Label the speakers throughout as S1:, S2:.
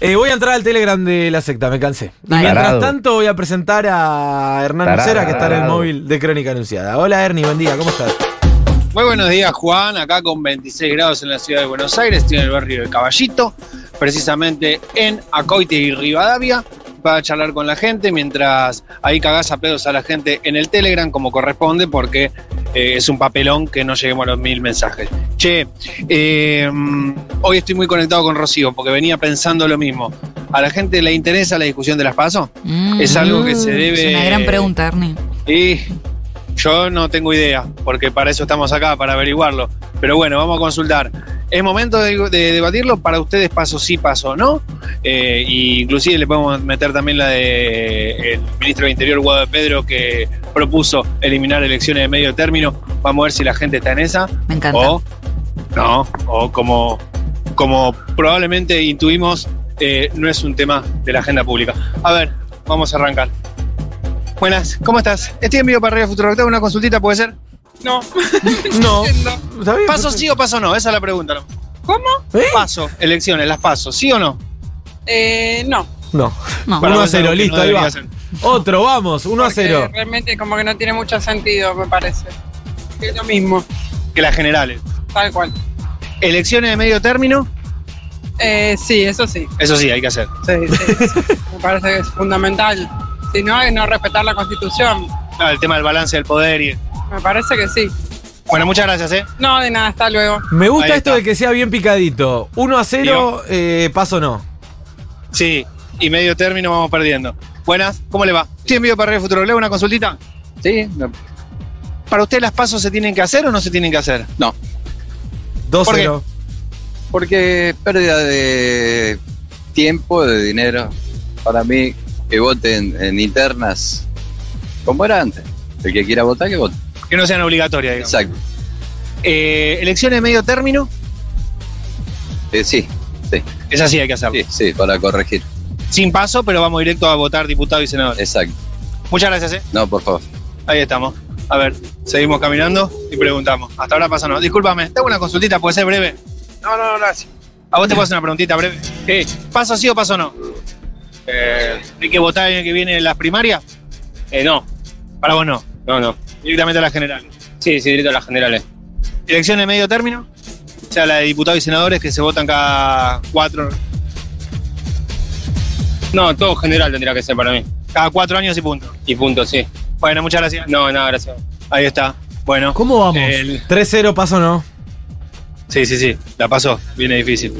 S1: Eh, voy a entrar al Telegram de la secta, me cansé. Y
S2: Dale.
S1: mientras
S3: Tarado.
S1: tanto voy a presentar a Hernán
S3: Tarado.
S1: Lucera, que está en el móvil de Crónica Anunciada. Hola Ernie, buen día, ¿cómo estás?
S4: Muy buenos días, Juan. Acá con 26 grados en la ciudad de Buenos Aires, estoy en el barrio de Caballito, precisamente en Acoite y Rivadavia. Para charlar con la gente mientras ahí cagás a pedos a la gente en el Telegram, como corresponde, porque eh, es un papelón que no lleguemos a los mil mensajes. Che, eh, hoy estoy muy conectado con Rocío porque venía pensando lo mismo. ¿A la gente le interesa la discusión de las pasos?
S2: Mm.
S4: Es algo que se debe-
S2: Es una gran pregunta, Ernie.
S4: Y yo no tengo idea, porque para eso estamos acá, para averiguarlo. Pero bueno, vamos a consultar. Es momento de, de debatirlo para ustedes paso sí, paso no. Eh, y inclusive le podemos meter también la de eh, el ministro de Interior, Guado de Pedro, que propuso eliminar elecciones de medio término. Vamos a ver si la gente está en esa.
S2: Me encanta.
S4: O no, o como, como probablemente intuimos, eh, no es un tema de la agenda pública. A ver, vamos a arrancar. Buenas, ¿cómo estás? Estoy en vivo para Radio Futuro Doctor, una consultita puede ser.
S5: No.
S1: No.
S5: Entiendo.
S1: ¿Está bien?
S4: ¿Paso sí o paso no? Esa es la pregunta. ¿no?
S5: ¿Cómo?
S1: ¿Eh?
S4: Paso, elecciones, las paso, ¿sí o no?
S5: Eh, no.
S1: No.
S2: No.
S1: Bueno. Uno a
S4: pensar
S1: cero,
S4: que
S1: listo,
S4: no
S1: ahí va.
S4: debería ser.
S1: Otro, vamos, 1 a
S5: porque
S1: 0.
S5: Realmente como que no tiene mucho sentido, me parece. Es lo mismo,
S4: Que las generales.
S5: tal cual.
S4: Elecciones de medio término,
S5: Eh, sí, eso sí.
S4: eso sí, hay que hacer.
S5: Sí, sí, sí. Me parece que es fundamental. Si no, es no respetar la constitución.
S4: Ah, el tema del balance del poder y...
S5: Me parece que sí.
S4: Bueno, muchas gracias, ¿eh?
S5: No, de nada, hasta luego.
S1: Me
S4: Ahí
S1: gusta
S4: está.
S1: esto de que sea bien picadito. 1 a 0, eh, paso no.
S4: Sí, y medio término vamos perdiendo. Buenas, ¿cómo le va? Estoy en vivo para Radio Futuro. ¿Le hago una consultita?
S6: Sí,
S4: ¿Para usted las pasos se tienen que hacer o no se tienen que hacer?
S6: no.
S1: 2
S4: ¿Por qué?
S1: 0.
S6: Porque pérdida de tiempo, de dinero. Para mí, que voten en internas como era antes. El que quiera votar, que vote.
S4: Que no sean obligatorias, digamos.
S6: Exacto.
S4: Eh, elecciones de medio término,
S6: Eh, sí, sí,
S4: esas sí hay que hacerlo.
S6: sí, sí, para corregir.
S4: Sin paso, pero vamos directo a votar diputado y senador.
S6: Exacto.
S4: Muchas gracias, ¿eh?
S6: No, por favor.
S4: Ahí estamos. A ver, seguimos caminando y preguntamos. Hasta ahora pasa no. Discúlpame, tengo una consultita, puede ser breve.
S7: No, no, no, gracias.
S4: ¿A vos te puedo hacer una preguntita breve? Eh, ¿Paso sí o paso no?
S7: Eh,
S4: ¿Hay que votar el año que viene en las primarias?
S7: eh, no,
S4: Para vos no,
S7: no, no.
S4: directamente a las generales.
S7: Sí, sí, directo a las generales.
S4: ¿Elecciones de medio término? O sea, la de diputados y senadores que se votan cada cuatro,
S7: No, todo general tendría que ser para mí.
S4: cada cuatro años y punto.
S7: Y punto, sí.
S4: Bueno, muchas gracias.
S7: No, nada, gracias.
S4: Ahí está. Bueno.
S1: ¿Cómo vamos?
S4: El-
S1: 3 0, paso no.
S4: Sí, sí, sí, la pasó, viene difícil.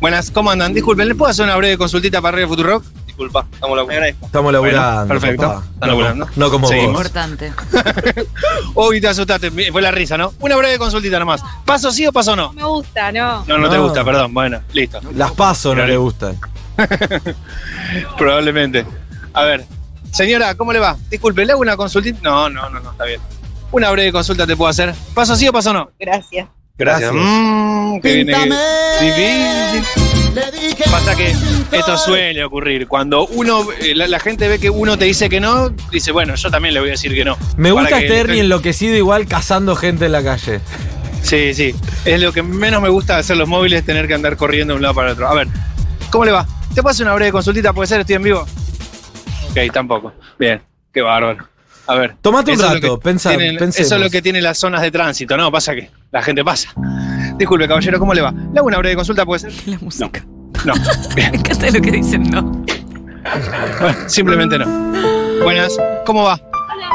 S4: Buenas, ¿cómo andan? Disculpen, ¿les puedo hacer una breve consultita para Radio Futuro Rock? Disculpa, estamos la agradezco.
S1: Estamos laburando.
S4: perfecto.
S1: papá.
S4: Están laburando.
S1: No como
S4: Seguimos.
S1: vos.
S2: Importante.
S4: Uy, Oh, te asustaste, fue la risa, ¿no? Una breve consultita nomás. ¿Paso sí o paso no?
S8: me gusta, ¿no?
S4: No, no te
S1: No.
S4: gusta, perdón, bueno, listo.
S1: Las paso no
S4: Claro.
S1: le gustan.
S4: Probablemente. A ver, señora, ¿cómo le va? Disculpe, ¿le hago una consultita? No, no, no, no, está bien. Una breve consulta te puedo hacer. ¿Paso sí o paso no?
S8: Gracias.
S1: Gracias.
S4: Mm, que viene difícil. Pasa que esto suele ocurrir. Cuando uno, eh, la, la gente ve que uno te dice que no, dice, bueno, yo también le voy a decir que no.
S1: Me
S4: Para
S1: gusta
S4: que-
S1: este Ernie enloquecido igual cazando gente en la calle.
S4: Sí, sí. Es lo que menos me gusta de hacer los móviles, tener que andar corriendo de un lado para el otro. A ver, ¿cómo le va? ¿Te paso una breve consultita? ¿Puede ser? ¿Estoy en vivo? Ok, tampoco. Bien, qué bárbaro. A ver.
S1: Tomate un
S4: Eso es lo
S1: rato,
S4: que
S1: pensá,
S4: tienen- Eso es lo que tiene las zonas de tránsito, ¿no? Pasa que la gente pasa. Disculpe, caballero, ¿cómo le va? Le hago una breve consulta, ¿puede ser?
S2: La música.
S4: No,
S2: Me encanta lo que dicen, no.
S4: simplemente no. Buenas, ¿cómo va?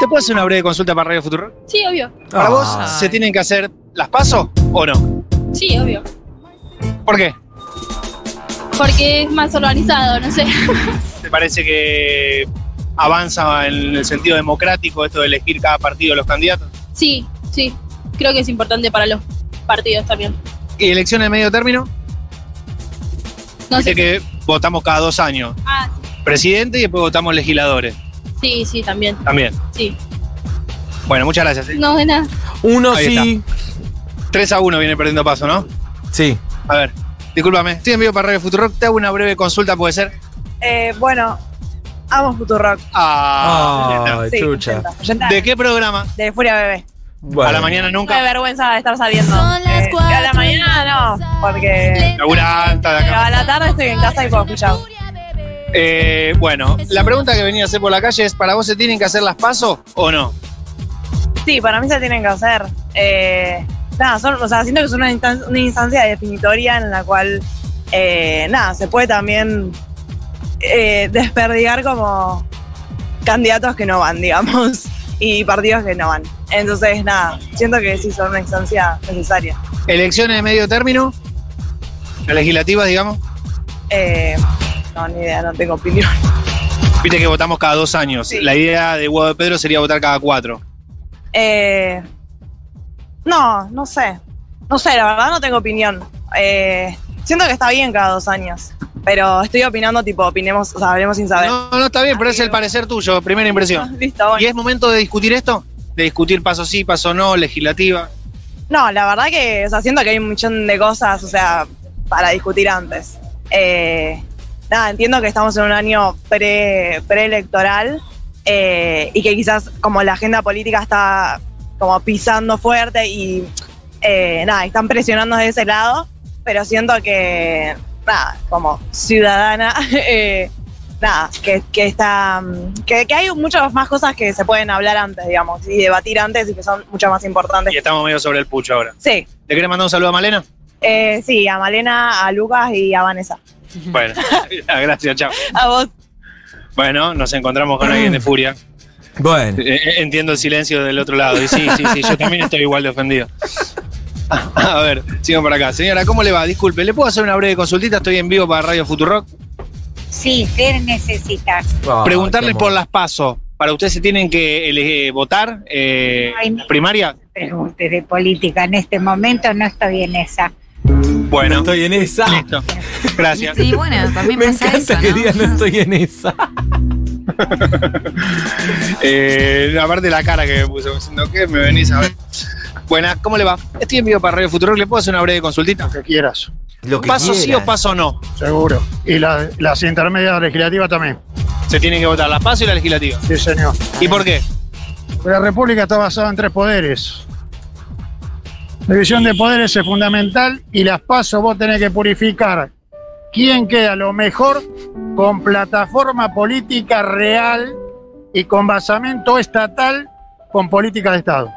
S4: ¿Te puedo hacer una breve consulta para Radio Futuro?
S8: Sí, obvio.
S4: ¿Para
S1: Ah.
S4: vos se tienen que hacer las pasos o no?
S8: Sí, obvio.
S4: ¿Por qué?
S8: Porque es más organizado, no sé.
S4: ¿Te parece que avanza en el sentido democrático esto de elegir cada partido los candidatos?
S8: Sí, sí. Creo que es importante para los partidos también.
S4: ¿Y elecciones de medio término?
S8: No
S4: Dice
S8: sé.
S4: que votamos cada dos años.
S8: Ah,
S4: Presidente y después votamos legisladores.
S8: sí, sí, también.
S4: También.
S8: Sí.
S4: Bueno, muchas gracias. ¿eh?
S8: No, de nada.
S1: Uno
S4: Ahí
S1: sí.
S4: 3 a 1 viene perdiendo paso, ¿no?
S1: Sí.
S4: A ver, discúlpame. Estoy en vivo para Radio Futuro Te hago una breve consulta, ¿puede ser?
S9: Eh, bueno, amo Futurock.
S4: Ah,
S1: Ay,
S9: Sí,
S1: Ah, chucha.
S9: oyenta, oyenta
S4: ¿De qué programa?
S9: de Furia Bebé.
S1: Bueno.
S4: A la mañana
S3: Me
S4: nunca.
S3: vergüenza de estar saliendo.
S9: Son las
S3: Eh, a
S9: cuatro
S3: la
S9: y
S3: mañana no, porque.
S4: Laburanta de
S3: Pero
S4: acá.
S3: a la tarde estoy en casa y puedo escuchar.
S4: Eh, bueno, la pregunta que venía a hacer por la calle es: ¿para vos se tienen que hacer las pasos o no?
S3: Sí, para mí se tienen que hacer. Eh, nada, son, o sea, siento que es una, instan- una instancia definitoria en la cual, eh, nada, se puede también eh, desperdigar como candidatos que no van, digamos, y partidos que no van. Entonces, nada, siento que sí son una instancia necesaria.
S4: ¿Elecciones de medio término? ¿Las legislativas, digamos?
S3: Eh, no, ni idea, no tengo opinión.
S4: Viste que votamos cada dos años.
S3: Sí.
S4: La idea de Guado de Pedro sería votar cada cuatro.
S3: Eh, no, no sé. No sé, la verdad no tengo opinión. Eh, siento que está bien cada dos años. Pero estoy opinando, tipo, opinemos, o sea, hablemos sin saber.
S4: No, no está bien, pero es el parecer tuyo, primera impresión.
S3: Listo, bueno.
S4: ¿Y es momento de discutir esto? ¿De discutir paso sí, paso no, legislativa?
S3: No, la verdad que, o sea, siento que hay un millón de cosas, o sea, para discutir antes. Eh, nada, entiendo que estamos en un año pre- preelectoral eh, y que quizás como la agenda política está como pisando fuerte y eh, nada, están presionando de ese lado, pero siento que, nada, como ciudadana, eh, nada, que, que está, mm, que, que hay muchas más cosas que se pueden hablar antes, digamos, y debatir antes y que son mucho más importantes.
S4: Y estamos medio sobre el pucho ahora.
S3: Sí,
S4: ¿Le querés mandar un saludo a Malena?
S3: eh, sí, a Malena, a Lucas y a Vanessa.
S4: Bueno, gracias, chao.
S3: A vos.
S4: Bueno, nos encontramos con alguien de furia.
S1: Bueno.
S4: Eh, eh, Entiendo el silencio del otro lado. Y sí, sí, sí, yo también estoy igual de ofendido. A ver, sigan por acá. Señora, ¿cómo le va? Disculpe, ¿le puedo hacer una breve consultita? Estoy en vivo para Radio Futurock.
S10: Sí, ¿qué necesitas?
S1: Ah,
S4: Preguntarle
S1: qué amor.
S4: por las PASO. ¿Para ustedes se tienen que ele- votar? Eh,
S10: Ay, no.
S4: ¿Primaria?
S10: Pregunte de política. En este momento no estoy en esa.
S1: No
S4: Bueno,
S1: estoy en esa.
S4: listo. Gracias.
S2: Y bueno, también
S1: Me
S2: pasa
S1: encanta
S2: eso,
S1: que
S2: ¿no?
S1: diga no estoy en esa.
S4: Eh, aparte la cara que me puso, diciendo que me venís a ver. Buenas, ¿cómo le va? Estoy en vivo para Radio Futuro. ¿Le puedo hacer una breve consultita?
S11: que quieras,
S1: Lo que
S4: ¿Paso sí
S1: quieras.
S4: o paso no?
S11: seguro. Y la- las intermedias legislativas también.
S4: Se tienen que votar las PASO y la legislativa.
S11: Sí, señor.
S4: ¿Y por qué?
S11: Porque la República está basada en tres poderes. La división de poderes es fundamental y las pasos vos tenés que purificar quién queda lo mejor con plataforma política real y con basamento estatal con política de Estado.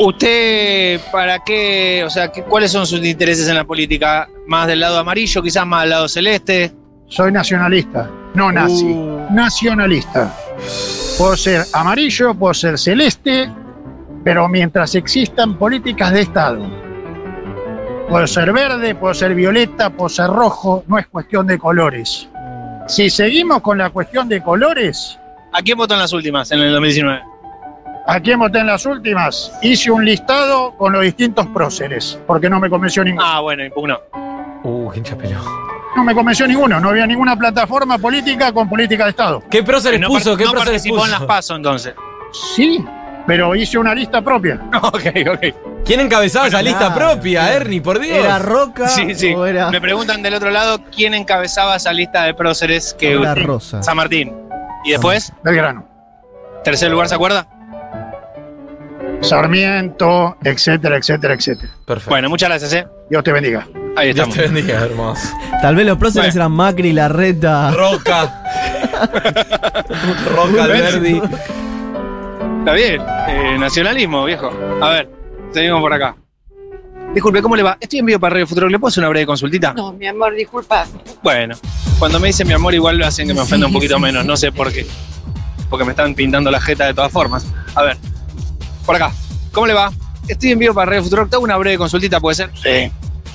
S4: ¿Usted para qué? O sea, ¿qué- ¿cuáles son sus intereses en la política? ¿Más del lado amarillo, quizás más del lado celeste?
S11: Soy nacionalista, no nazi.
S1: Uh.
S11: Nacionalista. Puedo ser amarillo, puedo ser celeste, pero mientras existan políticas de Estado. Puedo ser verde, puedo ser violeta, puedo ser rojo, no es cuestión de colores. Si seguimos con la cuestión de colores,
S4: ¿A quién votó en las últimas, en el 2019?
S11: aquí voté en las últimas. Hice un listado con los distintos próceres, porque no me convenció ninguno.
S4: Ah, bueno, impugnó.
S1: Uh, qué chapeló.
S11: No me convenció ninguno, no había ninguna plataforma política con política de Estado.
S1: ¿Qué próceres
S4: No, par-
S1: puso? ¿Qué
S4: no
S1: próceres
S4: participó
S1: puso?
S4: en las PASO entonces.
S11: Sí, pero hice una lista propia.
S4: ok, ok.
S1: ¿Quién encabezaba esa lista
S12: claro,
S1: propia, Ernie? Por Dios.
S12: ¿Era Roca
S4: Sí, sí.
S12: o era,
S4: Me preguntan del otro lado quién encabezaba esa lista de próceres que
S12: o era
S4: usted-
S12: Rosa? Ah.
S4: San Martín. Y después,
S11: Belgrano.
S4: tercer lugar, ¿se acuerda?
S11: Sarmiento, etcétera, etcétera, etcétera.
S1: Perfecto.
S4: Bueno, muchas gracias, ¿eh?
S11: Dios te bendiga.
S4: Ahí
S1: Dios
S4: estamos.
S1: te bendiga, hermoso.
S12: Tal vez los próceres
S4: Bueno.
S12: eran Macri, Larreta.
S1: Roca. Roca Alberdi.
S4: Está bien. Eh, nacionalismo, viejo. A ver, seguimos por acá. Disculpe, ¿cómo le va? Estoy en vivo para Radio Futuro. ¿Le puedo hacer una breve consultita?
S5: No, mi amor, disculpa.
S4: Bueno, cuando me dicen mi amor, igual lo hacen que me ofenda un
S2: Sí,
S4: poquito
S2: sí,
S4: menos.
S2: sí.
S4: No sé por qué. Porque me están pintando la jeta de todas formas. A ver, por acá. ¿Cómo le va? Estoy en vivo para Radio Futuro. Te hago una breve consultita, ¿puede ser?
S11: Sí.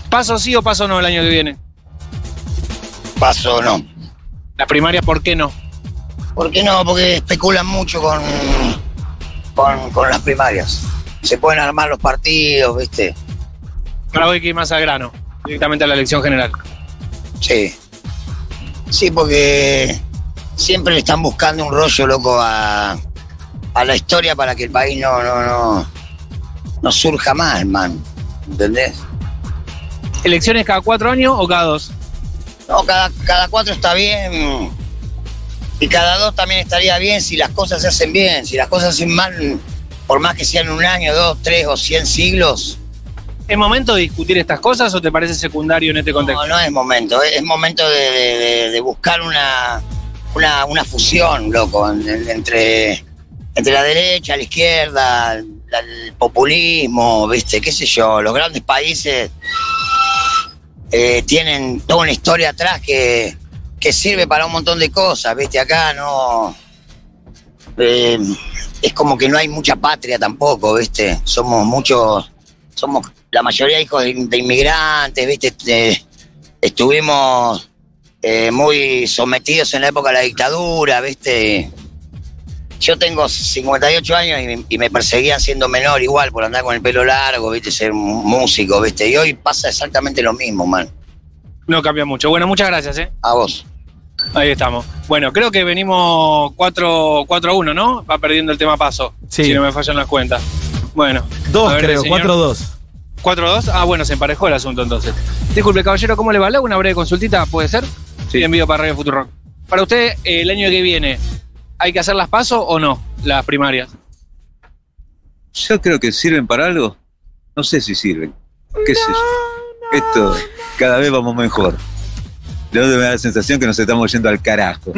S4: ¿Paso sí o paso no el año que viene?
S11: Paso no.
S4: Las primarias, ¿por qué no?
S11: ¿Por qué no? Porque especulan mucho con, con, con las primarias. Se pueden armar los partidos, ¿viste?
S4: Ahora voy que ir más al grano. Directamente a la elección general.
S11: Sí. Sí, porque siempre le están buscando un rollo loco a, a la historia para que el país no, no, no, no surja más, man. ¿Entendés?
S4: ¿Elecciones cada cuatro años o cada dos?
S11: No, cada, cada cuatro está bien. Y cada dos también estaría bien si las cosas se hacen bien. Si las cosas se hacen mal,
S9: por más que sean un año, dos, tres o cien siglos.
S4: ¿Es momento de discutir estas cosas o te parece secundario en este contexto?
S9: No, no es momento, es es momento de, de- de- de buscar una, una, una fusión, loco, en- en- entre, entre la derecha, la izquierda, la- el populismo, viste, qué sé yo, los grandes países eh, tienen toda una historia atrás que, que sirve para un montón de cosas, viste, acá no... eh, es como que no hay mucha patria tampoco, viste, somos muchos somos la mayoría hijos de, de inmigrantes, ¿viste? Eh, estuvimos eh, muy sometidos en la época de la dictadura, ¿viste? Yo tengo 58 años y, me- y me perseguían siendo menor igual por andar con el pelo largo, ¿viste? Ser un músico, ¿viste? Y hoy pasa exactamente lo mismo, man.
S4: No cambia mucho. Bueno, muchas gracias, ¿eh?
S9: A vos.
S4: Ahí estamos. Bueno, creo que venimos 4, 4 a 1, ¿no? Va perdiendo el tema paso.
S1: Sí.
S4: Si no me fallan las cuentas. Bueno.
S1: Dos,
S4: a ver,
S1: creo,
S4: señor.
S1: 4-2.
S4: 4-2. Ah, bueno, se emparejó el asunto entonces. Disculpe, caballero, ¿cómo le va? ¿Le hago una breve consultita? ¿Puede ser? Sí. envío para Radio Futuro. Para usted, eh, el año que viene, ¿hay que hacer las pasos o no? Las primarias.
S6: Yo creo que sirven para algo. No sé si sirven. ¿Qué sé yo? Esto cada vez vamos mejor. Yo me da la sensación que nos estamos yendo al carajo.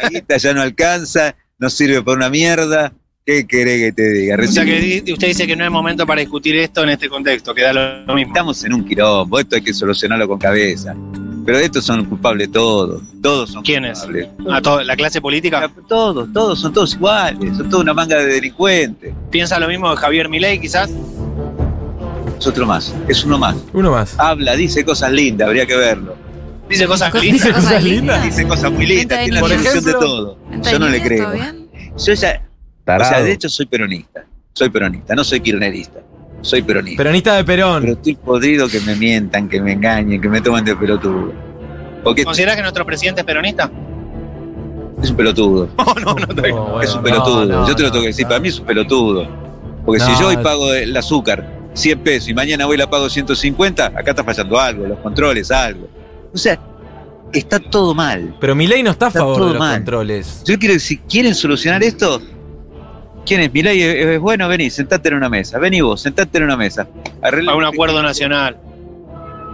S6: La guita ya no alcanza, no sirve para una mierda. ¿Qué querés que te diga?
S4: O sea
S6: Recién-
S4: que di- usted dice que no es momento para discutir esto en este contexto, que da lo lo mismo.
S6: Estamos en un quilombo, esto hay que solucionarlo con cabeza. Pero de estos son culpables todos, todos son
S4: ¿Quiénes?
S6: culpables. pues
S4: ¿A todo- ¿La clase política?
S6: Todos, todos, son todos iguales, son toda una manga de delincuentes.
S4: ¿Piensa lo mismo de Javier Milei, quizás?
S6: Es otro más, es uno más.
S1: Uno más.
S6: Habla, dice cosas lindas, habría que verlo.
S4: Dice cosas lindas.
S2: ¿Dice cosas lindas?
S6: Dice cosas muy
S2: Venta
S6: lindas,
S2: de
S6: tiene la
S2: niños.
S6: solución de
S2: Por ejemplo,
S6: todo.
S2: ¿Venta de
S6: Yo no le
S2: niños?
S6: creo.
S2: ¿Todo bien?
S6: Yo ya, o
S1: Tarado.
S6: sea, de hecho soy peronista. Soy peronista, no soy kirchnerista. Soy peronista.
S1: Peronista de Perón.
S6: Pero estoy podrido que me mientan, que me engañen, que me tomen de pelotudo. Porque
S4: ¿Consideras que nuestro presidente es peronista?
S6: es un pelotudo.
S1: No, Oh, bueno,
S6: es un pelotudo.
S1: no, no,
S6: yo te lo tengo que decir, para mí es un pelotudo. Porque
S1: No,
S6: si yo hoy
S1: es-
S6: pago el azúcar 100 pesos y mañana voy y la pago 150, acá está fallando algo, los controles, algo. O sea, está todo mal.
S1: Pero Milei no está a
S6: Está
S1: favor
S6: todo
S1: de los
S6: mal.
S1: controles.
S6: Yo quiero que si quieren solucionar esto, ¿quién es? Milei es, es bueno, vení, sentate en una mesa. Vení vos, sentate en una mesa. Arregla
S4: A un acuerdo nacional.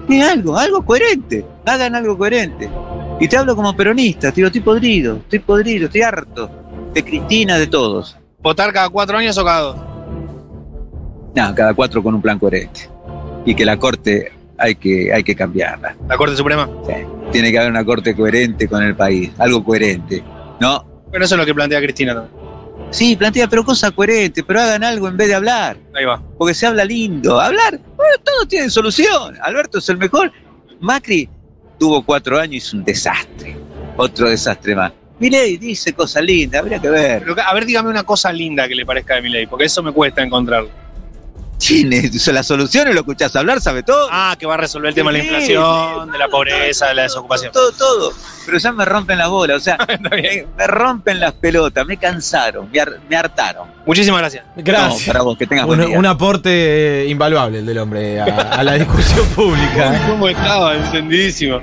S6: Ni algo, algo coherente. Hagan algo coherente. Y te hablo como peronista, te digo, estoy podrido, estoy podrido, estoy harto. De Cristina, de todos.
S4: ¿Votar cada cuatro años o cada dos?
S6: No, cada cuatro con un plan coherente. Y que la corte hay que, hay que cambiarla.
S4: La Corte Suprema.
S6: Tiene que haber una corte coherente con el país, algo coherente. ¿No?
S4: Bueno, eso es lo que plantea Cristina también.
S6: Sí, plantea, pero cosa coherente, pero hagan algo en vez de hablar.
S4: Ahí va.
S6: Porque se habla lindo. Hablar, bueno, todo tiene solución. Alberto es el mejor. Macri tuvo cuatro años y es un desastre. Otro desastre más. Milei dice cosas lindas, habría que ver.
S4: Pero, a ver, dígame una cosa linda que le parezca de Milei, porque eso me cuesta encontrarlo.
S6: Tiene las soluciones, lo escuchás hablar, sabe todo.
S4: Ah, que va a resolver el tema de la
S6: Sí,
S4: inflación, de la pobreza, de la desocupación.
S6: Todo, todo. Pero ya me rompen la bola, o sea, me, me rompen las pelotas, me cansaron, me, har- me hartaron.
S4: Muchísimas gracias.
S6: No,
S1: Gracias.
S6: para vos, que tengas
S1: un,
S6: buen día.
S1: un aporte eh, invaluable el del hombre a, a la discusión pública. eh.
S4: ¿Cómo estaba? Encendidísimo.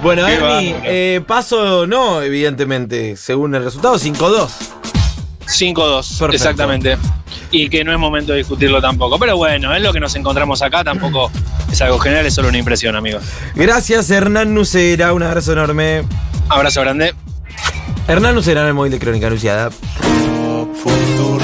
S1: Bueno,
S4: Qué
S1: Ernie,
S4: bárbaro.
S1: eh, paso no, evidentemente, según el resultado, 5-2.
S4: 5-2,
S1: Perfecto.
S4: exactamente. Y que no es momento de discutirlo tampoco. Pero bueno, es lo que nos encontramos acá, tampoco es algo general, es solo una impresión, amigos.
S1: Gracias, Hernán Nucera, un abrazo enorme.
S4: Abrazo grande.
S1: Hernán Nucera en el móvil de Crónica Anunciada.
S13: Futuro.